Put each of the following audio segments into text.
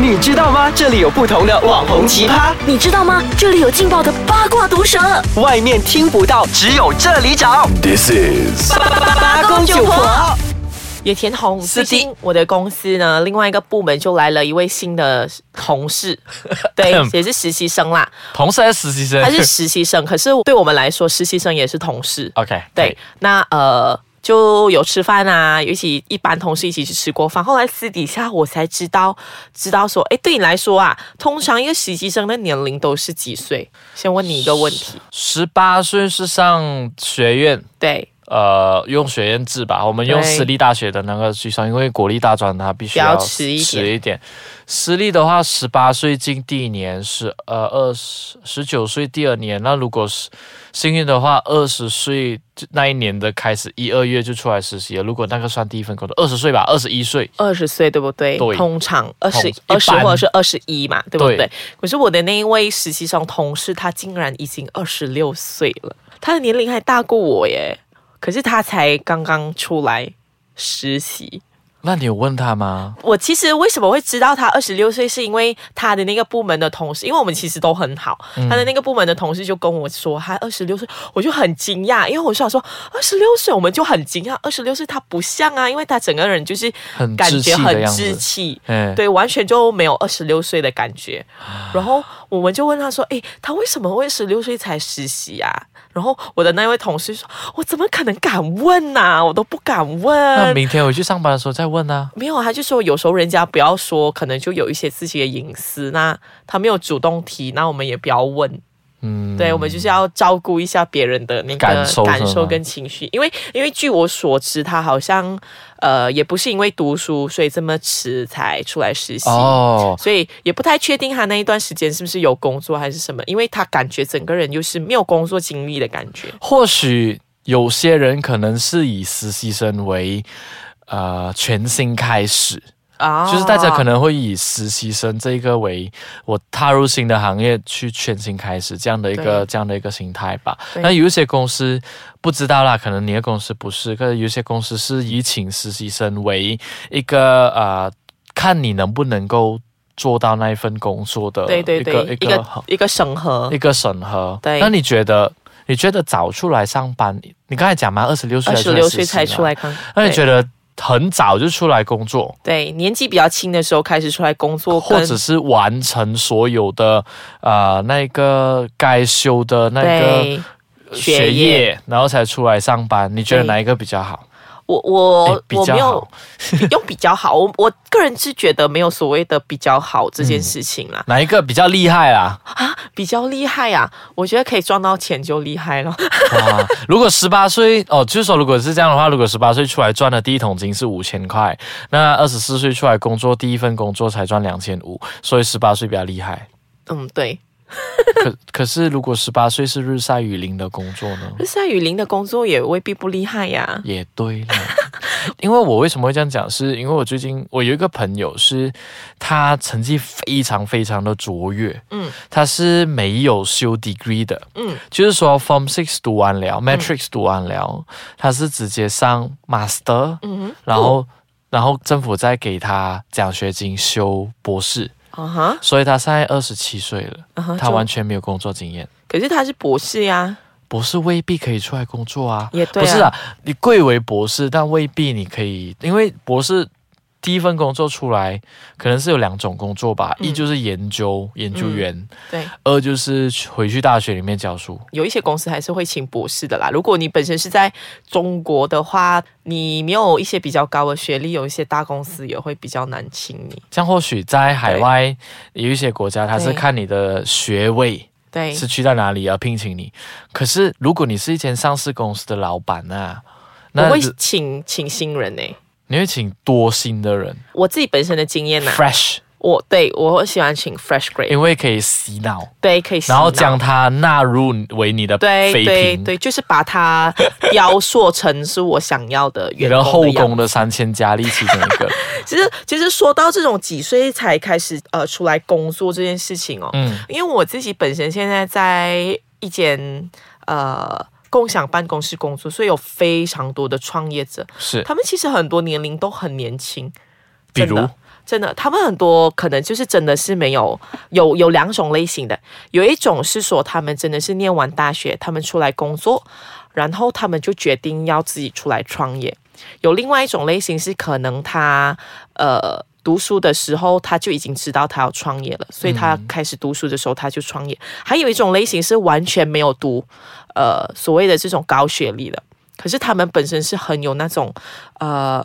你知道吗？这里有不同的网红奇葩，你知道吗？这里有劲爆的八卦毒舌，外面听不到，只有这里找。 This is 八公九婆，也挺红。是的最近我的公司呢，另外一个部门就来了一位新的同 事，对，也是实习生啦。嗯同事还是实习生？他是实习生，可是对我们来说，实习生也是同事。 OK？对，那呃。就有吃饭啊，一起一班同事一起去吃过饭。后来私底下我才知道，知道说，哎，对你来说啊，通常一个实习生的年龄都是几岁？先问你一个问题，十八岁是上学院，对，呃，用学院制吧，我们用对私立大学的那个去算，因为国立大专它必须比较要迟一点迟一点。私立的话，十八岁进第一年是呃二十十九岁第二年，那如果是幸运的话，二十岁就那一年的开始一二月就出来实习了。如果那个算第一份工作，二十岁吧，二十一岁，二十岁对不对？对通常二十一二十般或者是二十一嘛，对不对？对可是我的那一位实习生同事，他竟然已经二十六岁了，他的年龄还大过我耶。可是他才刚刚出来实习。那你有问他吗？我其实为什么会知道他二十六岁，是因为他的那个部门的同事，因为我们其实都很好，嗯他的那个部门的同事就跟我说他二十六岁，我就很惊讶，因为我想说二十六岁我们就很惊讶，二十六岁他不像啊，因为他整个人就是很感稚觉气的很样子稚气，嗯对，完全就没有二十六岁的感觉。啊然后我们就问他说：“诶，他为什么会十六岁才实习啊？”然后我的那位同事说：“我怎么可能敢问呐、我都不敢那问。”明天我去上班的时候再问啊。没有，他就说有时候人家不要说，可能就有一些自己的隐私。那他没有主动提，那我们也不要问。嗯，对，我们就是要照顾一下别人的那个感受是吗感受跟情绪，因为因为据我所知，他好像呃也不是因为读书所以这么迟才出来实习。哦，所以也不太确定他那一段时间是不是有工作还是什么，因为他感觉整个人就是没有工作经历的感觉。或许有些人可能是以实习生为呃全新开始，啊哦就是大家可能会以实习生这一个为我踏入新的行业去全新开始这样的一个对这样的一个心态吧。对那有一些公司不知道啦，可能你的公司不是，可是有一些公司是以请实习生为一个呃，看你能不能够做到那一份工作的对对一对，个一一个个一个审核一，个审核。哦对那你觉得？你觉得早出来上班，你刚才讲嘛，二十六岁二还是十六岁才14出来。看。那你对觉得很早就出来工作，对，年纪比较轻的时候开始出来工作，或跟者是完成所有的呃那个该修的那个对学业，然后才出来上班，你觉得对哪一个比较好？我我诶哎比我较没有好用比较好，我我个人是觉得没有所谓的比较好这嗯件事情啦，哪一个比较厉害啊啦？比较厉害啊，我觉得可以赚到钱就厉害了。哇！啊如果十八岁哦，就是说，如果是这样的话，如果十八岁出来赚的第一桶金是五千块，那二十四岁出来工作第一份工作才赚两千五，所以十八岁比较厉害。 嗯，对，可可是，如果十八岁是日晒雨淋的工作呢？日晒雨淋的工作也未必不厉害呀、也对了， 因为我为什么会这样讲，是因为我最近我有一个朋友是，他成绩非常非常的卓越，嗯，他是没有修 degree 的，嗯，就是说 Form Six 读完了，Matrix 读完了，他是直接上 Master，嗯然后、然后政府再给他奖学金修博士，哼，啊哈，所以他现在二十七岁了，啊哈，他就完全没有工作经验。可是他是博士呀、博士未必可以出来工作啊，也对啊不是啊，你贵为博士，但未必你可以，因为博士第一份工作出来，可能是有两种工作吧，嗯一就是研究研究员，对，二就是回去大学里面教书。有一些公司还是会请博士的啦。如果你本身是在中国的话，你没有一些比较高的学历，有一些大公司也会比较难请你。像或许在海外有一些国家，它是对看你的学位对，是去到哪里而啊聘请你，可是如果你是一间上市公司的老板啊，我那会请请新人呢、你会请多新的人我自己本身的经验呐、 ，fresh，我对我喜欢请 fresh grade，因为可以洗脑。对，可以洗脑，然后将它纳入为你的对妃对嫔，对，就是把它雕塑成是我想要的你员的工后的样子宫的三千佳丽其中一 个。其实，其实说到这种几岁才开始呃出来工作这件事情哦，嗯因为我自己本身现在在一间呃共享办公室工作，所以有非常多的创业者，是他们其实很多年龄都很年轻，比真的如真的，他们很多可能就是真的是没有有有两种类型的，有一种是说他们真的是念完大学，他们出来工作，然后他们就决定要自己出来创业。有另外一种类型是可能他呃读书的时候他就已经知道他要创业了，所以他开始读书的时候他就创业。还有一种类型是完全没有读呃所谓的这种高学历的，可是他们本身是很有那种呃。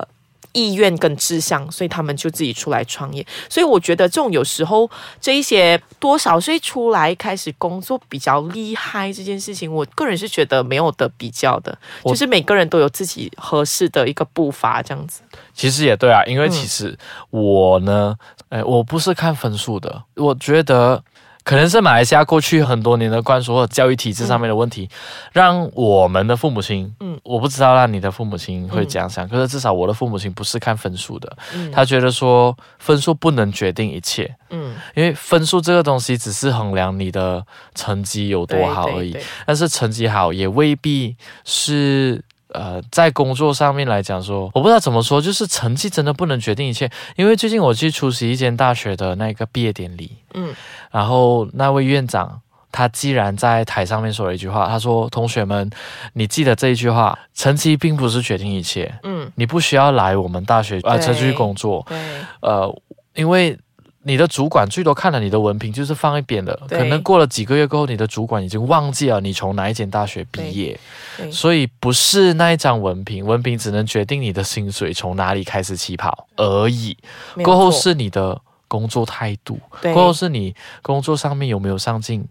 意愿跟志向，所以他们就自己出来创业。所以我觉得这种有时候这一些多少岁出来开始工作比较厉害这件事情，我个人是觉得没有得比较的，我就是每个人都有自己合适的一个步伐这样子。其实也对啊，嗯因为其实我呢，哎、我不是看分数的，我觉得可能是马来西亚过去很多年的灌输和教育体制上面的问题，嗯让我们的父母亲，嗯，我不知道让你的父母亲会怎嗯样想，可是至少我的父母亲不是看分数的，他觉得说分数不能决定一切，嗯，因为分数这个东西只是衡量你的成绩有多好对而已对对，但是成绩好也未必是。呃，在工作上面来讲说，我不知道怎么说，就是成绩真的不能决定一切。因为最近我去出席一间大学的那个毕业典礼，嗯，然后那位院长他既然在台上面说了一句话，他说：“同学们，你记得这一句话，成绩并不是决定一切，嗯，你不需要来我们大学呃对城区工作，对呃，因为你的主管最多看了你的文凭，就是放一边的。对可能过了几个月过后，你的主管已经忘记了你从哪一间大学毕业对，对所以不是那一张文凭，文凭只能决定你的薪水从哪里开始起跑而已。没有过后错是你的工作态度，对过后是你工作上面有没有上进，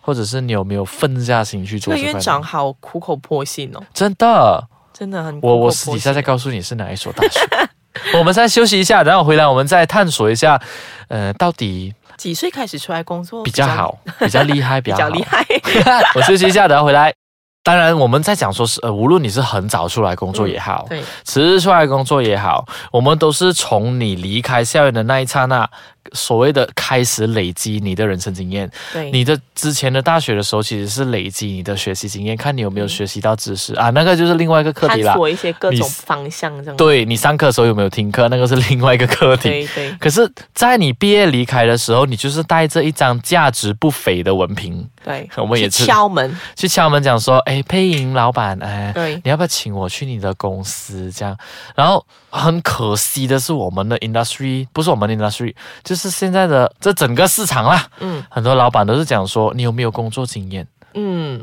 或者是你有没有奋下心去这做个这块院东西。长好苦口婆心哦，真的，真的很苦口我婆我心私底下再告诉你是哪一所大学。 我们再休息一下，然后回来我们再探索一下，呃，到底几岁开始出来工作比较，好，比较厉害，比比较较好厉。害。 我休息一下，然后回来。当然，我们在讲说是呃，无论你是很早出来工作也好，嗯 对，迟日出来工作也好，我们都是从你离开校园的那一刹那，所谓的开始累积你的人生经验。对，你的之前的大学的时候，其实是累积你的学习经验，看你有没有学习到知识啊，那个就是另外一个课嗯探题啦。索一些各你种方向这样子。对你上课的时候有没有听课，那个是另外一个课题。哦对对可是，在你毕业离开的时候，你就是带着一张价值不菲的文凭对， 我们也去是敲门，去敲门讲说：“哎，配音老板，哎，对你要不要请我去你的公司？”这样，然后很可惜的是，我们的 industry 不是我们的 industry，就是现在的这整个市场啦，嗯很多老板都是讲说你有没有工作经验，嗯，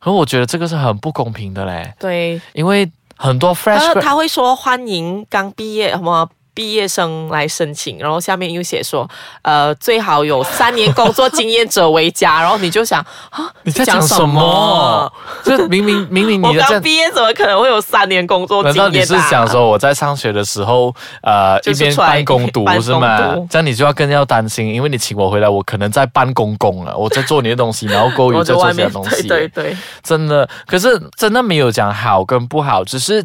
可我觉得这个是很不公平的嘞，对，因为很多 fresh 他 grad- 他会说欢迎刚毕业什么。毕业生来申请，然后下面又写说，呃，最好有三年工作经验者为佳。然后你就想啊， 你在讲讲什么？？这明明明明我你的这刚毕业怎么可能会有三年工作难经道验、啊？你是想说我在上学的时候，呃，就一是边出来办公 读办是吗公读？这样你就要更要担心，因为你请我回来，我可能在办公工了，我在做你的东西，然后勾我鱼在在做外其他面？东西， 对对对，真的。可是真的没有讲好跟不好，只是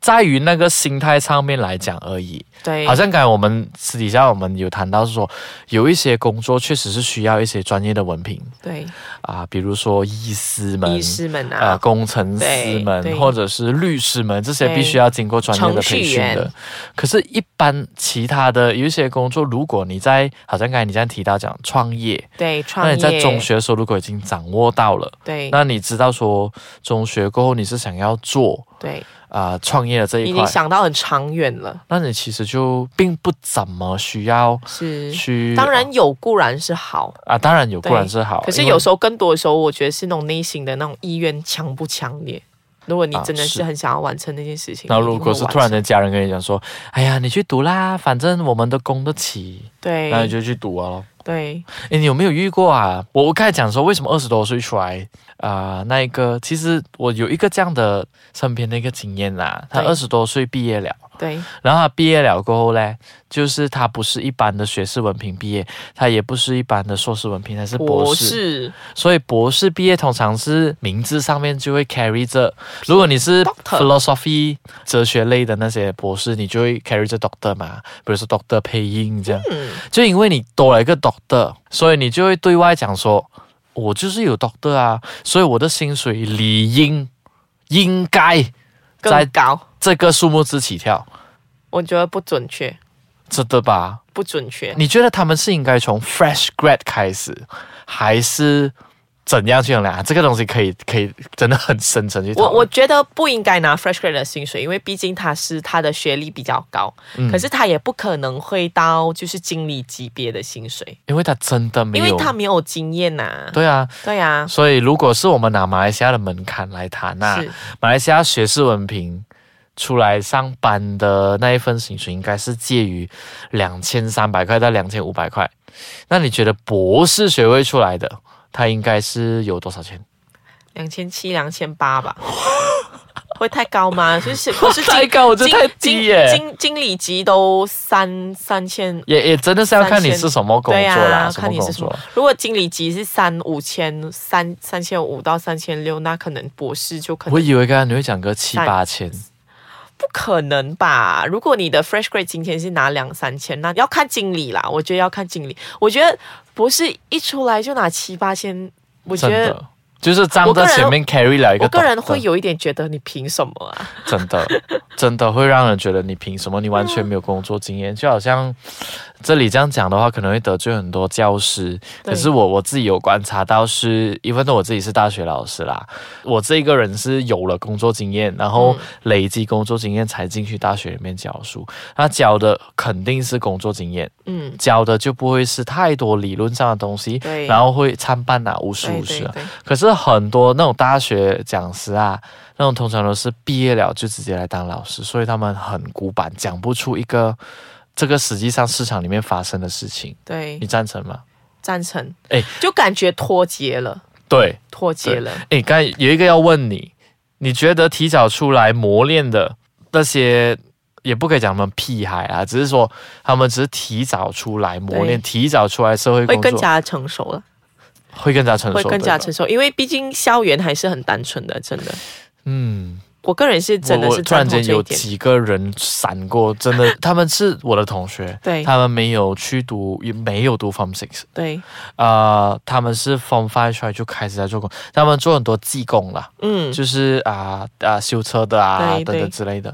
在于那个心态上面来讲而已。对，好像刚才我们私底下我们有谈到说，有一些工作确实是需要一些专业的文凭对啊、比如说医师们。医师们呃，啊，工程师对对们或者是律师们，这些对必须要经过专业的程序培训的员。可是，一般其他的有一些工作，如果你在好像刚才你这样提到讲创业，对创那业，你在中学的时候如果已经掌握到了，对那你知道说中学过后你是想要做对，啊、呃创业的这一已经块，想到很长远了，那你其实就并不怎么需要是。嗯去。哦当然有固然是好，啊，当然有对固然是好，可是因为有时候更多的时候，我觉得是那种内心的那种意愿强不强烈。如果你啊真的是是很想要完成那件事情，那你一定如果会是完突然成间家人跟你讲说，哎呀，你去读啦，反正我们都供得起，那对你就去读啊咯。对哎，你有没有遇过啊？我我刚才讲说，为什么二十多岁出来啊、那一个其实我有一个这样的身边的一个经验啦，他对二十多岁毕业了，对然后他毕业了过后嘞，就是他不是一般的学士文凭毕业，他也不是一般的硕士文凭，他是博博士。士所以博士毕业通常是名字上面就会 carry 着，如果你是 Doctor philosophy 哲学类的那些博士，你就会 carry 着 doctor 嘛，比如说 doctor 配音这样。嗯就因为你多了一个 doctor，所以你就会对外讲说，我就是有 doctor 啊，所以我的薪水理应应该更在高，这个数目之起跳。我觉得不准确。真的吧？不准确。你觉得他们是应该从 fresh grad 开始，还是怎样去衡量？这个东西可以可以真的很深层去讨我论。我觉得不应该拿 fresh grad 的薪水，因为毕竟他是他的学历比较高，嗯可是他也不可能会到就是经理级别的薪水，因为他真的没因有，为他没有经验呐、对啊，对呀、所以如果是我们拿马来西亚的门槛来谈那是马来西亚学士文凭出来上班的那一份薪水应该是介于两千三百块到两千五百块。那你觉得博士学位出来的，他应该是有多少钱？两千七、两千八吧， 会太高吗？ 就是可是经太高我觉得经太低耶经经经理级都三三千。也也真的是要看你是什么工对作啦，呀、什么看你工是什作么。。如果经理级是三五千、三三千五到三千六，那可能博士就 可能我以为刚刚你会讲个七八千，不可能吧？如果你的 fresh grade 今天是拿两三千，那要看经理啦。我觉得要看经理。我觉得博士一出来就拿七八千，我觉真得的就是站在前面 carry 了一个。我个人会，有一点觉得你凭什么啊？真的 真的会让人觉得你凭什么？你完全没有工作经验，就好像这里这样讲的话，可能会得罪很多教师。对可是我我自己有观察到是，因为我自己是大学老师啦，嗯我这一个人是有了工作经验，然后累积工作经验才进去大学里面教书。那教的肯定是工作经验，嗯，教的就不会是太多理论上的东西，对然后会参半啊，五十对五对十啊。对。可是很多那种大学讲师啊，那种通常都是毕业了就直接来当老师，所以他们很古板，讲不出一个这个实际上市场里面发生的事情。对你，赞成吗？赞成。哎就感觉脱节了，对，脱节了。诶，刚才有一个要问你，你觉得提早出来磨练的那些，也不可以讲他们屁孩啊，只是说他们只是提早出来磨对练，提早出来社会工会作，更加成熟了，会更加成熟，会更加对吧成熟，因为毕竟校园还是很单纯的，真的。嗯。我个人是真的我是我突赞然同间这有一点。几个人闪过，真的，他们是我的同学，对他们没有去读，也没有读 Form Six，对，呃，他们是 Form Five 出来就开始在做工，他们做很多技工啦，嗯，就是啊啊、修车的啊对等等对之类的，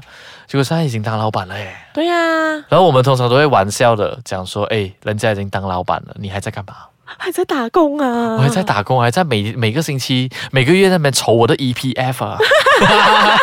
结果现在已经当老板了耶。对呀、啊，然后我们通常都会玩笑的讲说，哎，人家已经当老板了，你还在干嘛？还在打工啊，我还在打工，还在每每个星期、每个月在那边筹我的 EPF 啊。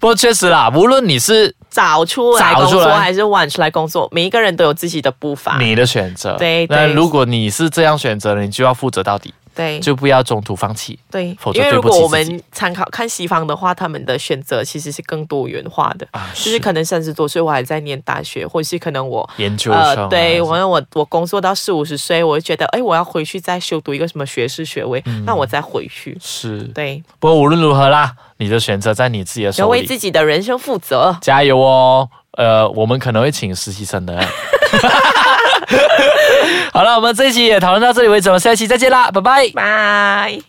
不过确实啦，无论你是早出来早工出来作还是晚出来工作，每一个人都有自己的步伐。你的选择，啊对对那如果你是这样选择的，你就要负责到底，对就不要中途放弃。对否，则因为对如不起果我自己们参考看西方的话，他们的选择其实是更多元化的，啊就是是可能三十多岁我还在念大学，或者是可能我。研究生啊、呃对，还是我我我工作到四五十岁，我就觉得，哎，我要回去再修读一个什么学士学位，那我再回去。是。对，不过无论如何啦，你的选择在你自己的要手为里，自己的人生负责。加油哦。呃，我们可能会请实习 生的。 好了，我们这一期也讨论到这里为止，我们下一期再见啦，拜拜。拜。